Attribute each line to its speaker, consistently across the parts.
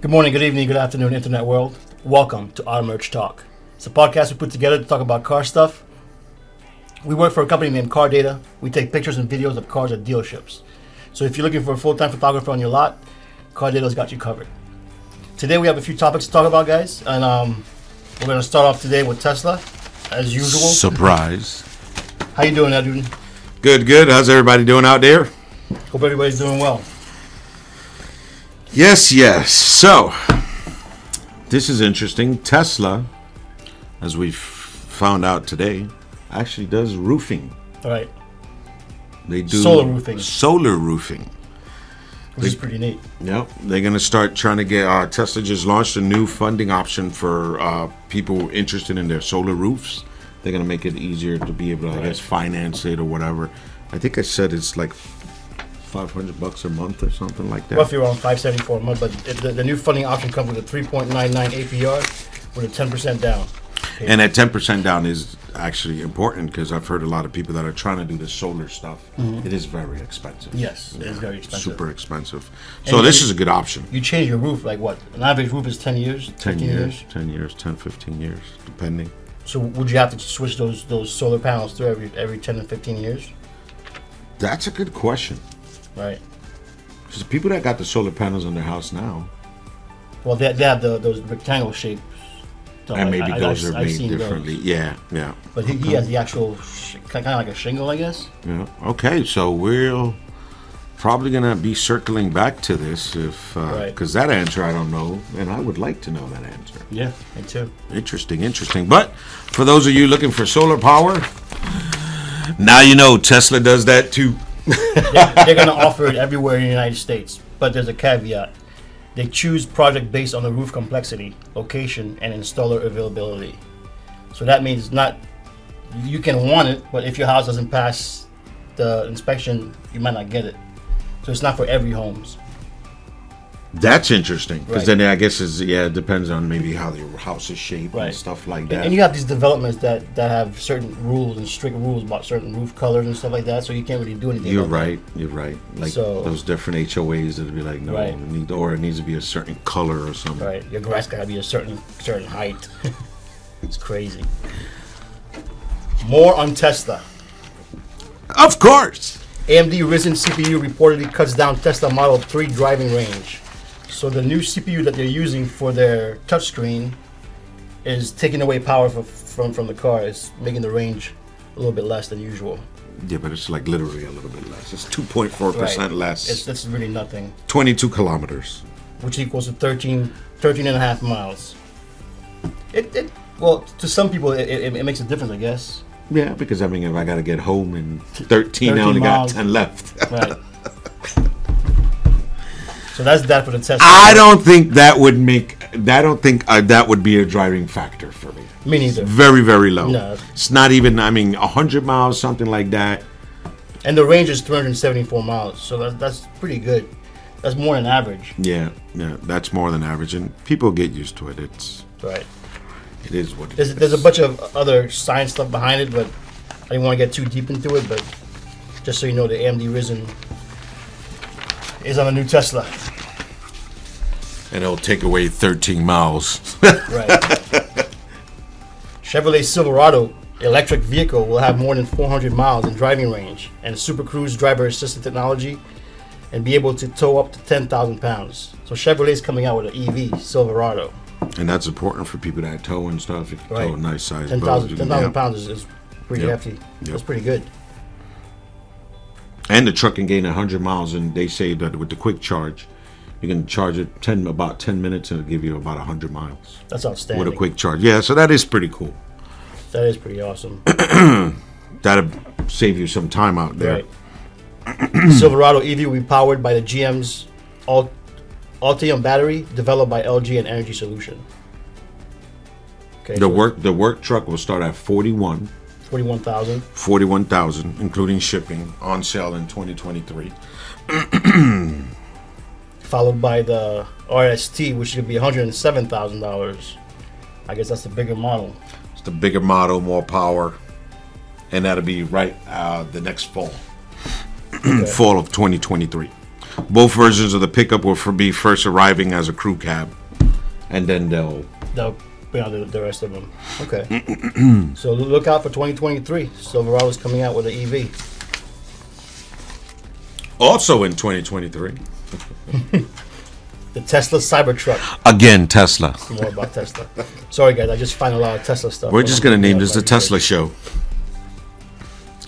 Speaker 1: Good morning, good evening, good afternoon, Internet world. Welcome to Auto Merch Talk. It's a podcast we put together to talk about car stuff. We work for a company named Car Data. We take pictures and videos of cars at dealerships. So if you're looking for a full time photographer on your lot, Car Data's got you covered. Today we have a few topics to talk about, guys, and um, we're going to start off today with Tesla, as usual.
Speaker 2: Surprise.
Speaker 1: How you doing, Edwin?
Speaker 2: Good, good. How's everybody doing out there?
Speaker 1: Hope everybody's doing well.
Speaker 2: Yes, yes. So, this is interesting. Tesla, as we've found out today, actually does roofing.
Speaker 1: All right,
Speaker 2: They do
Speaker 1: Solar roofing.
Speaker 2: Solar roofing.
Speaker 1: which is pretty neat.
Speaker 2: Yep. They're going to start trying to get. Uh, Tesla just launched a new funding option for uh, people interested in their solar roofs. They're going to make it easier to be able to, I guess, finance it or whatever. I think I said it's like 500 bucks a month or something like that.
Speaker 1: Roughly around 574 a month, but it, the, the new funding option comes with a 3.99 APR with a 10% down.
Speaker 2: And at ten percent down is actually important because I've heard a lot of people that are trying to do the solar stuff. It is very expensive.
Speaker 1: Mm-hmm. Yes, it is very expensive.
Speaker 2: Super expensive. So this
Speaker 1: you-
Speaker 2: is a good option.
Speaker 1: You change your roof like what? An average roof is 10 years, 15
Speaker 2: 10 years, 10 years, 10, 15 years, depending.
Speaker 1: So would you have to switch those those solar panels through every every 10 to 15 years?
Speaker 2: That's a good question.
Speaker 1: Right.
Speaker 2: Because the people that got the solar panels on their house now,
Speaker 1: Well, they, they have the, those rectangle shapes. So
Speaker 2: and
Speaker 1: Oh, I-
Speaker 2: maybe
Speaker 1: I-
Speaker 2: those
Speaker 1: I've-
Speaker 2: are
Speaker 1: I've
Speaker 2: made
Speaker 1: seen those.
Speaker 2: differently. Yeah, yeah.
Speaker 1: But he, he has the actual sh- kind of like a shingle, I guess.
Speaker 2: Yeah. Okay, so we'll probably gonna be circling back to this if
Speaker 1: Right.
Speaker 2: because that answer I don't know, and I would like to know that answer.
Speaker 1: Yeah, me too.
Speaker 2: Interesting, interesting. But for those of you looking for solar power, now you know Tesla does that too.
Speaker 1: They're going to offer it everywhere in the United States, but there's a caveat. They choose project based on the roof complexity, location, and installer availability. So that means not you can want it, but if your house doesn't pass the inspection, you might not get it. So it's not for every homes.
Speaker 2: That's interesting because
Speaker 1: Right.
Speaker 2: then I guess it's, yeah, it depends on maybe how your house is shaped
Speaker 1: Right.
Speaker 2: and stuff like
Speaker 1: And-
Speaker 2: that.
Speaker 1: And you have these developments that, that have certain rules and strict rules about certain roof colors and stuff like that, so you can't really do anything.
Speaker 2: you're
Speaker 1: about
Speaker 2: right. You're right. Like
Speaker 1: So-
Speaker 2: those different HOAs that would be like, no,
Speaker 1: Right.
Speaker 2: it need, or it needs to be a certain color or something.
Speaker 1: that. Right. Your grass gotta be a certain certain height. it's crazy. More on Tesla.
Speaker 2: Of course.
Speaker 1: AMD Ryzen CPU reportedly cuts down Tesla Model 3 driving range. So the new CPU that they're using for their touchscreen is taking away power from from, from the car. It's making the range a little bit less than usual.
Speaker 2: Yeah, but it's like literally a little bit less. It's 2.4
Speaker 1: It's,
Speaker 2: percent less.
Speaker 1: that's really nothing.
Speaker 2: 22 kilometers.
Speaker 1: which equals to 13, 13 and a half miles. It, it well, to some people, it, it, it makes a difference, I guess.
Speaker 2: Yeah, because I mean, if I got to get home in 13, I
Speaker 1: 13
Speaker 2: only
Speaker 1: miles.
Speaker 2: got 10 left.
Speaker 1: Right. so that's that for the test.
Speaker 2: I don't think that would make. I don't think uh, that would be a driving factor for me.
Speaker 1: Me neither.
Speaker 2: Very, very low.
Speaker 1: No.
Speaker 2: It's not even. I mean, hundred miles, something like that.
Speaker 1: And the range is 374 miles, so that's, that's pretty good. That's more than average.
Speaker 2: Yeah, yeah. That's more than average, and people get used to it. It's.
Speaker 1: Right.
Speaker 2: It is what it
Speaker 1: There's,
Speaker 2: is.
Speaker 1: there's a bunch of other science stuff behind it, but I didn't want to get too deep into it. But just so you know, the AMD Ryzen is on a new Tesla.
Speaker 2: and it'll take away thirteen miles.
Speaker 1: Right. Chevrolet Silverado electric vehicle will have more than 400 miles in driving range and Super Cruise driver assistant technology and be able to tow up to 10,000 pounds. So Chevrolet's coming out with an EV Silverado.
Speaker 2: and that's important for people that tow and stuff. If you
Speaker 1: Right.
Speaker 2: tow a Oh, nice size
Speaker 1: 10,000 10,000
Speaker 2: yeah.
Speaker 1: pounds is, is pretty
Speaker 2: Yep.
Speaker 1: hefty. That's
Speaker 2: Yep.
Speaker 1: pretty good.
Speaker 2: and the truck can gain hundred miles, and they say that with the quick charge, you can charge it ten about ten minutes, and it'll give you about hundred miles
Speaker 1: That's outstanding.
Speaker 2: with a quick charge. Yeah, so that is pretty cool.
Speaker 1: that is pretty awesome.
Speaker 2: That'll save you some time out there.
Speaker 1: Right. Silverado EV will be powered by the GM's Alt- Altium battery developed by LG and Energy Solution. Okay,
Speaker 2: The
Speaker 1: so
Speaker 2: work the work truck will start at 41,
Speaker 1: 41,000.
Speaker 2: 41,000 including shipping on sale in 2023.
Speaker 1: followed by the RST, which could be one hundred and seven thousand dollars. I guess that's the bigger model.
Speaker 2: It's the bigger model, more power, and that'll be right uh, the next fall. fall of 2023. both versions of the pickup will for be first arriving as a crew cab, and then they'll
Speaker 1: The, you know, the, the rest of them. Okay. so look out for 2023. Silverado's coming out with an E EV.
Speaker 2: also in 2023
Speaker 1: The Tesla Cybertruck.
Speaker 2: again Tesla.
Speaker 1: More about Tesla. Sorry, guys. I just find a lot of Tesla stuff.
Speaker 2: We're just gonna name this the
Speaker 1: Yeah, but-
Speaker 2: Tesla Show.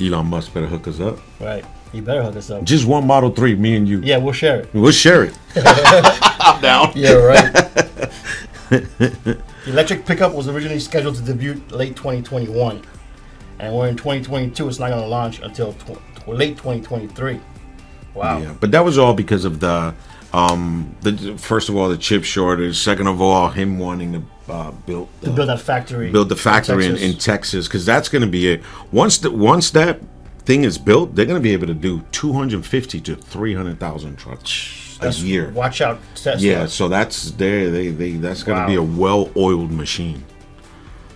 Speaker 2: Elon Musk better hook us up.
Speaker 1: Right. You better hook us up.
Speaker 2: Just one Model Three, me and you.
Speaker 1: Yeah, we'll share it.
Speaker 2: We'll share it. I'm down.
Speaker 1: Yeah, right. the electric pickup was originally scheduled to debut late 2021, and we're in 2022. It's not going to launch until tw- tw- late 2023. Wow.
Speaker 2: Yeah, but that was all because of the, um, the first of all the chip shortage. Second of all, him wanting to uh, build the,
Speaker 1: Build that factory.
Speaker 2: build the factory in,
Speaker 1: Texas.
Speaker 2: in Texas because that's going to be it. Once the, once that thing is built, they're going to be able to do two hundred fifty to three hundred thousand trucks a
Speaker 1: That's-
Speaker 2: year.
Speaker 1: Watch out, Tesla.
Speaker 2: Yeah, so that's there. They, they that's going to be a
Speaker 1: Wow.
Speaker 2: well-oiled machine.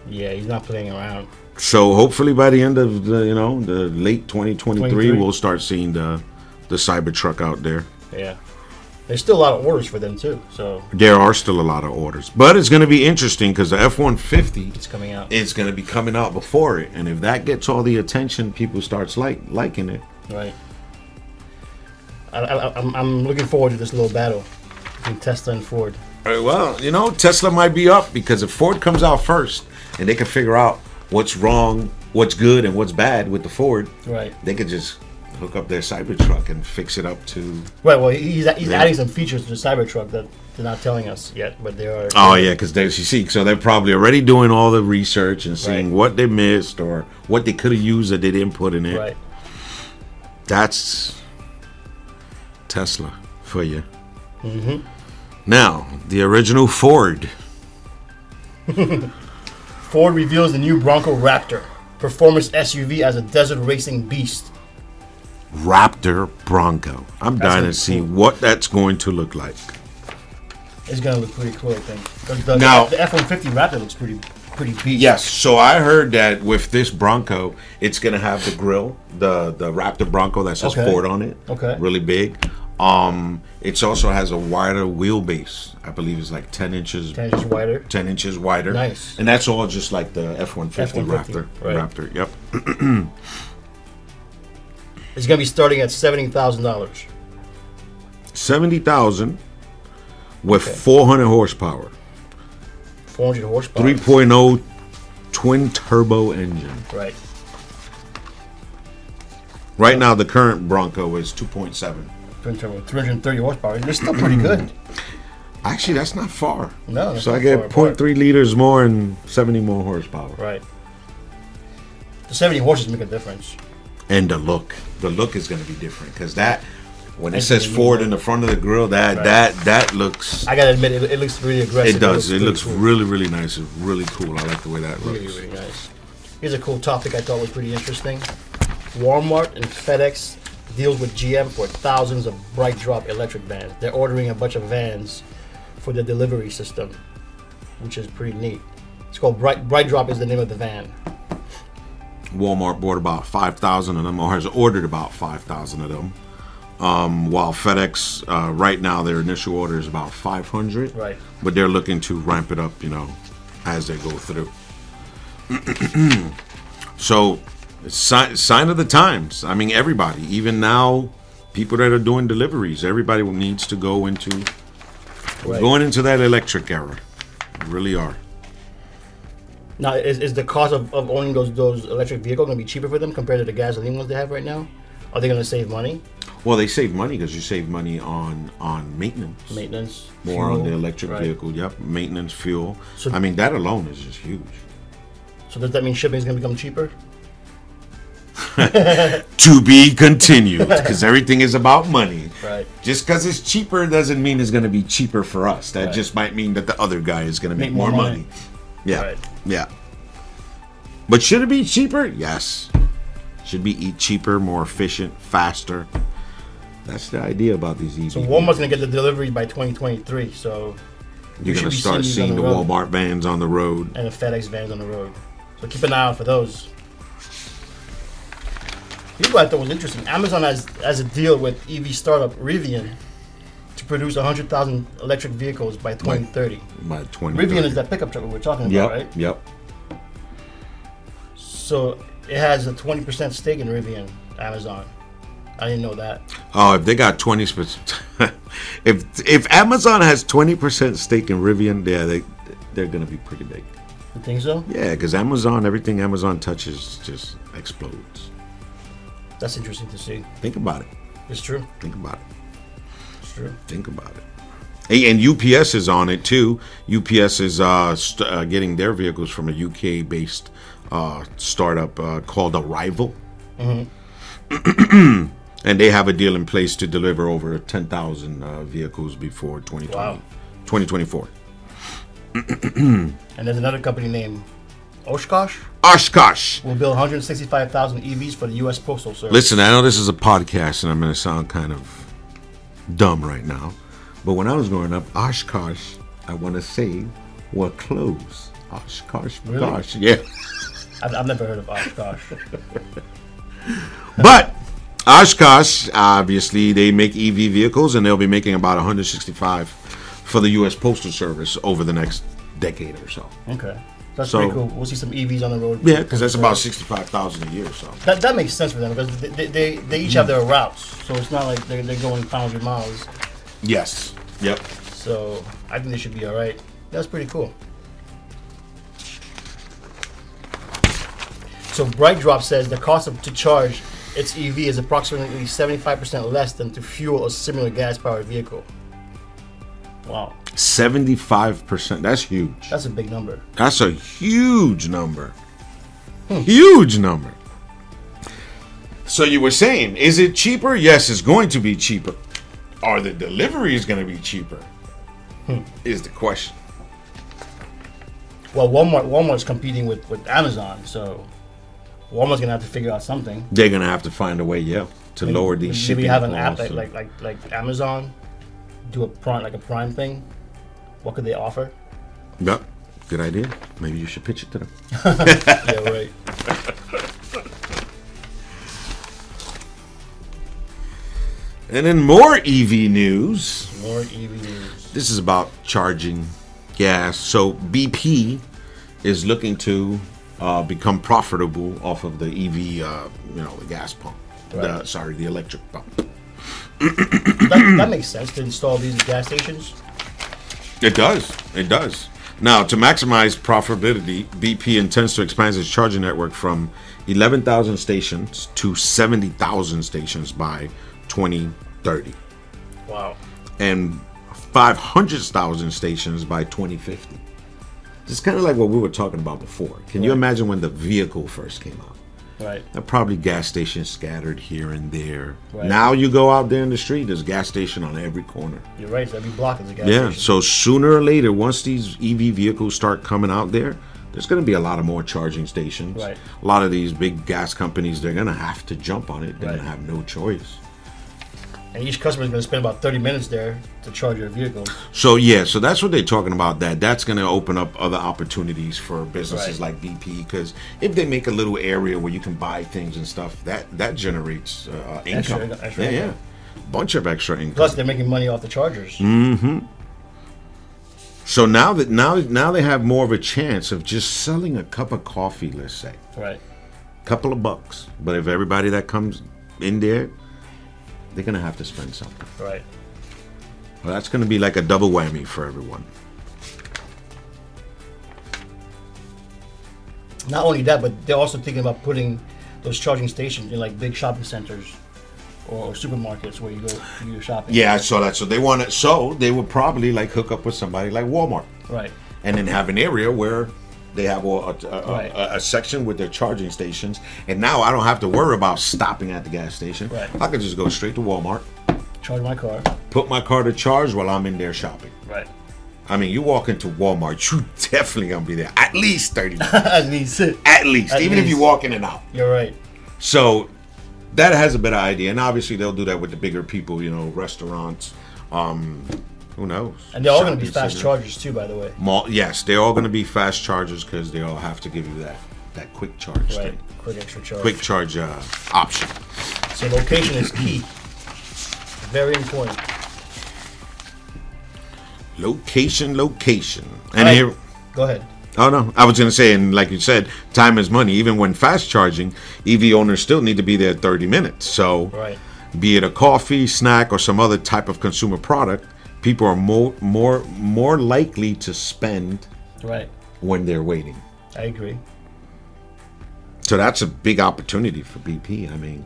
Speaker 1: Yeah, he's not playing around.
Speaker 2: So hopefully by the end of the you know the late 2023,
Speaker 1: 23.
Speaker 2: we'll start seeing the the Cybertruck out there.
Speaker 1: Yeah. There's still a lot of orders for them too, so
Speaker 2: There are still a lot of orders, but it's going to be interesting because the F-150
Speaker 1: it's coming out.
Speaker 2: is going to be coming out before it, and if that gets all the attention, people starts like liking it.
Speaker 1: Right. I, I, I'm, I'm looking forward to this little battle between Tesla and Ford.
Speaker 2: Uh, Well, you know, Tesla might be up because if Ford comes out first and they can figure out what's wrong, what's good, and what's bad with the Ford,
Speaker 1: Right.
Speaker 2: they could just hook up their Cybertruck and fix it up to.
Speaker 1: Right. Well, he's, he's
Speaker 2: Yeah.
Speaker 1: adding some features to the Cybertruck that they're not telling us yet, but they are.
Speaker 2: Oh yeah, because they you see, so they're probably already doing all the research and seeing
Speaker 1: Right.
Speaker 2: what they missed or what they could have used that they didn't put in it.
Speaker 1: Right.
Speaker 2: That's Tesla for you.
Speaker 1: Mm-hmm.
Speaker 2: Now, the original Ford.
Speaker 1: Ford reveals the new Bronco Raptor performance SUV as a desert racing beast.
Speaker 2: Raptor Bronco. I'm dying
Speaker 1: gonna
Speaker 2: to
Speaker 1: be
Speaker 2: see
Speaker 1: cool.
Speaker 2: what that's going to look like.
Speaker 1: It's gonna look pretty cool, I think. 'Cause The,
Speaker 2: Now-
Speaker 1: the F-150 Raptor looks pretty, pretty beast.
Speaker 2: Yes, so I heard that with this Bronco, it's gonna have the grill, the the Raptor Bronco that says
Speaker 1: Okay.
Speaker 2: Ford on it.
Speaker 1: Okay.
Speaker 2: Really big. Um, it also has a wider wheelbase. I believe it's like ten inches.
Speaker 1: Ten inches wider.
Speaker 2: 10 inches wider.
Speaker 1: Nice.
Speaker 2: And that's all just like the F one fifty Raptor.
Speaker 1: F-150, right.
Speaker 2: Raptor. Yep.
Speaker 1: It's gonna be starting at seventy thousand dollars.
Speaker 2: Seventy thousand with four hundred horsepower.
Speaker 1: 400 horsepower.
Speaker 2: 3.0 twin turbo engine.
Speaker 1: Right.
Speaker 2: Right now the current Bronco is two point seven.
Speaker 1: Twin turbo, 330 horsepower. They're still pretty good.
Speaker 2: Actually, that's not far.
Speaker 1: No, that's
Speaker 2: So I
Speaker 1: not far
Speaker 2: get
Speaker 1: apart.
Speaker 2: 0.3 liters more and 70 more horsepower.
Speaker 1: Right. The 70 horses make a difference.
Speaker 2: And the look, the look is going to be different because that, when it
Speaker 1: That's
Speaker 2: says
Speaker 1: the new
Speaker 2: Ford
Speaker 1: one.
Speaker 2: in the front of the grill, that
Speaker 1: Right.
Speaker 2: that that looks.
Speaker 1: I gotta admit, it, it looks really aggressive.
Speaker 2: It does. It
Speaker 1: pretty
Speaker 2: looks
Speaker 1: cool.
Speaker 2: really, really nice. It's really cool. I like the way that
Speaker 1: really,
Speaker 2: looks.
Speaker 1: really nice. Here's a cool topic I thought was pretty interesting. Walmart and FedEx deals with GM for thousands of Bright Drop electric vans. They're ordering a bunch of vans for their delivery system, which is pretty neat. It's called Bright Bright Drop is the name of the van.
Speaker 2: Walmart bought about 5,000 of them or has ordered about 5,000 of them. Um, while FedEx, uh, right now, their initial order is about 500.
Speaker 1: Right.
Speaker 2: But they're looking to ramp it up, you know, as they go through. so, si- sign of the times. I mean, everybody, even now, people that are doing deliveries, everybody needs to go into
Speaker 1: Right.
Speaker 2: going into that electric era. Really are.
Speaker 1: Now, is, is the cost of, of owning those those electric vehicles going to be cheaper for them compared to the gasoline ones they have right now? Are they going to save money,
Speaker 2: Well, they save money because you save money on on maintenance.
Speaker 1: maintenance,
Speaker 2: More on the
Speaker 1: fuel?
Speaker 2: electric
Speaker 1: Right.
Speaker 2: vehicle. Yep, maintenance, fuel.
Speaker 1: So-
Speaker 2: I mean, that alone is just huge.
Speaker 1: So does that mean shipping is going to become cheaper?
Speaker 2: To be continued, because everything is about money.
Speaker 1: Right.
Speaker 2: Just because it's cheaper doesn't mean it's going to be cheaper for us. That
Speaker 1: Right.
Speaker 2: just might mean that the other guy is going to make,
Speaker 1: Make
Speaker 2: more
Speaker 1: more
Speaker 2: money.
Speaker 1: money.
Speaker 2: Yeah.
Speaker 1: Right.
Speaker 2: Yeah. But should it be cheaper? Yes. Should be e- cheaper, more efficient, faster. That's the idea about these E EVs.
Speaker 1: So Walmart's going to get the deliveries by 2023. So
Speaker 2: You're
Speaker 1: should
Speaker 2: going
Speaker 1: be
Speaker 2: to start
Speaker 1: seeing
Speaker 2: seeing
Speaker 1: these
Speaker 2: the
Speaker 1: on the road.
Speaker 2: Walmart vans on the road.
Speaker 1: and the FedEx vans on the road. So keep an eye out for those. Here's what I thought was interesting. Amazon has has a deal with EV E startup Rivian produce 100,000 electric vehicles by 2030.
Speaker 2: by 20.
Speaker 1: Rivian is that pickup truck we were talking about,
Speaker 2: Yep.
Speaker 1: right?
Speaker 2: Yep.
Speaker 1: So it has a 20% stake in Rivian, Amazon. I didn't know that.
Speaker 2: Oh, if they got 20 sp- if if Amazon has 20% stake in Rivian, yeah, they they're going to be pretty big.
Speaker 1: You think so?
Speaker 2: Yeah, cuz Amazon everything Amazon touches just explodes.
Speaker 1: That's interesting to see.
Speaker 2: Think about it.
Speaker 1: It's true.
Speaker 2: Think about it.
Speaker 1: It's true.
Speaker 2: Think about it. Hey, and UPS is on it too. UPS is uh, st- uh, getting their vehicles from a UK-based uh, startup uh, called Arrival, and they have a deal in place to deliver over 10,000 uh, vehicles before 2020,
Speaker 1: Wow.
Speaker 2: 2024.
Speaker 1: And there's another company named Oshkosh.
Speaker 2: Oshkosh.
Speaker 1: will build 165,000 EVs E for the U.S. Postal Service.
Speaker 2: Listen, I know this is a podcast, and I'm going to sound kind of dumb right now, but when I was growing up, Oshkosh, I want to say, were clothes. Oshkosh, gosh, yeah.
Speaker 1: I've, I've never heard of Oshkosh.
Speaker 2: But Oshkosh, obviously, they make EV vehicles, and they'll be making about 165 for the U.S. Postal Service over the next decade or so.
Speaker 1: okay, that's
Speaker 2: So-
Speaker 1: pretty cool. We'll see some EVs on the road.
Speaker 2: Yeah, because that's about 65,000 a year or so.
Speaker 1: That, that makes sense for them because they, they, they, they each
Speaker 2: Mm.
Speaker 1: have their routes, so it's not like they're, they're going 500 miles.
Speaker 2: Yes. Yep.
Speaker 1: So I think they should be all right. That's pretty cool. So BrightDrop says the cost of, to charge its EV is approximately 75% less than to fuel a similar gas-powered vehicle. Wow,
Speaker 2: 75%. That's huge.
Speaker 1: that's a big number.
Speaker 2: That's a huge number.
Speaker 1: Hmm.
Speaker 2: Huge number. So you were saying, is it cheaper? Yes, it's going to be cheaper. Are the deliveries going to be cheaper?
Speaker 1: Hmm.
Speaker 2: Is the question.
Speaker 1: Well, Walmart Walmart's competing with, with Amazon, so Walmart's gonna have to figure out something.
Speaker 2: They're gonna have to find a way, yeah, to lower these
Speaker 1: Maybe
Speaker 2: shipping
Speaker 1: have an app
Speaker 2: costs.
Speaker 1: like, like like like Amazon, do a prime like a prime thing. What could they offer?
Speaker 2: yep, good idea. Maybe you should pitch it to them.
Speaker 1: yeah, right.
Speaker 2: And then more EV news.
Speaker 1: More E EV news.
Speaker 2: This is about charging gas. So BP is looking to uh, become profitable off of the EV, uh, you know, the gas pump. The,
Speaker 1: Right.
Speaker 2: sorry, the electric pump.
Speaker 1: That, that makes sense to install these at gas stations.
Speaker 2: It does. It does. Now, to maximize profitability, BP intends to expand its charging network from 11,000 stations to 70,000 stations by 2030
Speaker 1: Wow.
Speaker 2: and 500,000 stations by 2050. It's kind of like what we were talking about before. Can you imagine when the vehicle first came out?
Speaker 1: Right.
Speaker 2: There are probably gas stations scattered here and there.
Speaker 1: Right.
Speaker 2: Now you go out there in the street, there's a gas station on every corner.
Speaker 1: You're right. Every block is a gas
Speaker 2: Yeah.
Speaker 1: station.
Speaker 2: So sooner or later, once these EV vehicles start coming out there, there's going to be a lot of more charging stations.
Speaker 1: Right.
Speaker 2: A lot of these big gas companies, they're going to have to jump on it. They're going
Speaker 1: Right.
Speaker 2: to have no choice.
Speaker 1: And each customer is gonna spend about 30 minutes there to charge your vehicle.
Speaker 2: So yeah, so that's what they're talking about. That that's going to open up other opportunities for businesses
Speaker 1: Right.
Speaker 2: like BP because if they make a little area where you can buy things and stuff, that that generates uh,
Speaker 1: Extra-
Speaker 2: income.
Speaker 1: extra
Speaker 2: yeah,
Speaker 1: income.
Speaker 2: yeah, bunch of extra income.
Speaker 1: Plus, they're making money off the chargers.
Speaker 2: Mm. so now that now now they have more of a chance of just selling a cup of coffee, let's say.
Speaker 1: Right.
Speaker 2: couple of bucks. But if everybody that comes in there, they're gonna have to spend something.
Speaker 1: Right.
Speaker 2: Well, that's gonna be like a double whammy for everyone.
Speaker 1: Not only that, but they're also thinking about putting those charging stations in like big shopping centers or supermarkets where you go do your shopping.
Speaker 2: Yeah, I saw that. So they want to. So they would probably like hook up with somebody like Walmart,
Speaker 1: Right.
Speaker 2: and then have an area where they have a, a, a,
Speaker 1: Right.
Speaker 2: a, a section with their charging stations. And now I don't have to worry about stopping at the gas station.
Speaker 1: Right.
Speaker 2: I can just go straight to Walmart,
Speaker 1: Charge my car.
Speaker 2: put my car to charge while I'm in there shopping.
Speaker 1: Right.
Speaker 2: I mean, you walk into Walmart, you definitely gonna be there at least thirty. minutes.
Speaker 1: At least.
Speaker 2: at least,
Speaker 1: At
Speaker 2: even if you
Speaker 1: least.
Speaker 2: walk in and out.
Speaker 1: You're right.
Speaker 2: So that has a better idea, and obviously they'll do that with the bigger people, you know, restaurants. Um, who knows?
Speaker 1: And they're all going to be
Speaker 2: Shopping
Speaker 1: fast
Speaker 2: centers.
Speaker 1: chargers too, by the way.
Speaker 2: Mall, yes, they're all going to be fast chargers because they all have to give you that that quick charge
Speaker 1: Right.
Speaker 2: thing,
Speaker 1: Quick extra charge.
Speaker 2: quick charge uh, option.
Speaker 1: So location is key. Very important.
Speaker 2: Location, location. And
Speaker 1: All right,
Speaker 2: here.
Speaker 1: Go ahead.
Speaker 2: Oh no! I was gonna say, and like you said, time is money. Even when fast charging, EV owners still need to be there 30 minutes. So,
Speaker 1: Right.
Speaker 2: be it a coffee, snack, or some other type of consumer product, people are more more more likely to spend
Speaker 1: Right.
Speaker 2: when they're waiting.
Speaker 1: I agree.
Speaker 2: So that's a big opportunity for BP. I mean,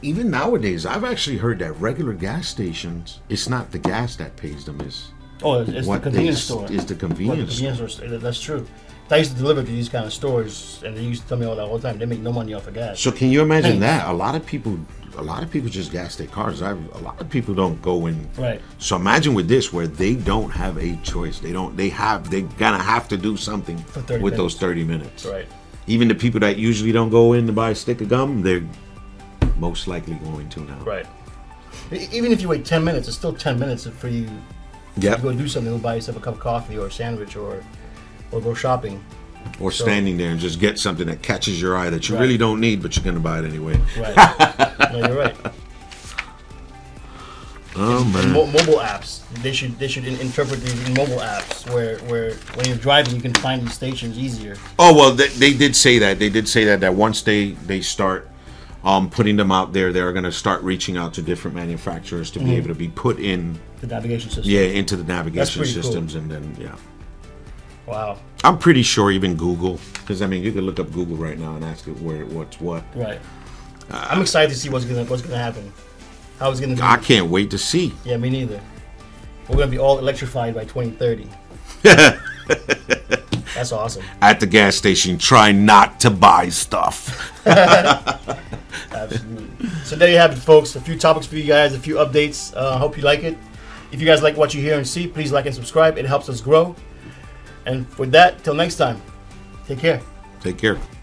Speaker 2: even nowadays, I've actually heard that regular gas stations, it's not the gas that pays them, it's
Speaker 1: Oh, it's, it's the
Speaker 2: what
Speaker 1: convenience
Speaker 2: they,
Speaker 1: store.
Speaker 2: Is the
Speaker 1: What the
Speaker 2: convenience store.
Speaker 1: convenience store. that- That's true. I used to deliver to these kind of stores, and they used to tell me all that all the time. They make no money off of gas.
Speaker 2: So can you imagine
Speaker 1: Hey.
Speaker 2: that? A lot of people, a lot of people just gas their cars. I, a lot of people don't go in.
Speaker 1: Right.
Speaker 2: So imagine with this, where they don't have a choice. They don't. They have. They gonna have to do something
Speaker 1: 30
Speaker 2: with those thirty minutes.
Speaker 1: Right.
Speaker 2: Even the people that usually don't go in to buy a stick of gum, they're most likely going to now.
Speaker 1: Right. E- Even if you wait ten minutes, it's still ten minutes for you to go
Speaker 2: Yep.
Speaker 1: do something. Go buy yourself a cup of coffee or a sandwich or or go shopping.
Speaker 2: Or standing there and just get something that catches your eye that you
Speaker 1: Right.
Speaker 2: really don't need, but you're gonna buy it anyway.
Speaker 1: Right. no, you're right.
Speaker 2: Oh man.
Speaker 1: Mo- mobile apps. They should they should in- interpret these in mobile apps where where when you're driving you can find these stations easier.
Speaker 2: Oh well, they, they did say that. They did say that that once they they start um, putting them out there, they're going to start reaching out to different manufacturers
Speaker 1: Mm-hmm.
Speaker 2: to be able to be put in,
Speaker 1: The navigation system.
Speaker 2: yeah, into the navigation
Speaker 1: pretty cool.
Speaker 2: systems, and then yeah.
Speaker 1: Wow.
Speaker 2: I'm pretty sure even Google, because I mean, you could look up Google right now and ask it where what's what.
Speaker 1: Right. I'm excited to see what's gonna what's gonna happen. How it's gonna be.
Speaker 2: I can't wait to see.
Speaker 1: Yeah, me neither. We're gonna be all electrified by 2030. That's awesome.
Speaker 2: At the gas station, try not to buy stuff.
Speaker 1: Absolutely. so there you have it, folks. A few topics for you guys, a few updates. Uh, hope you like it. If you guys like what you hear and see, please like and subscribe. It helps us grow. And with that, till next time, take care.
Speaker 2: Take care.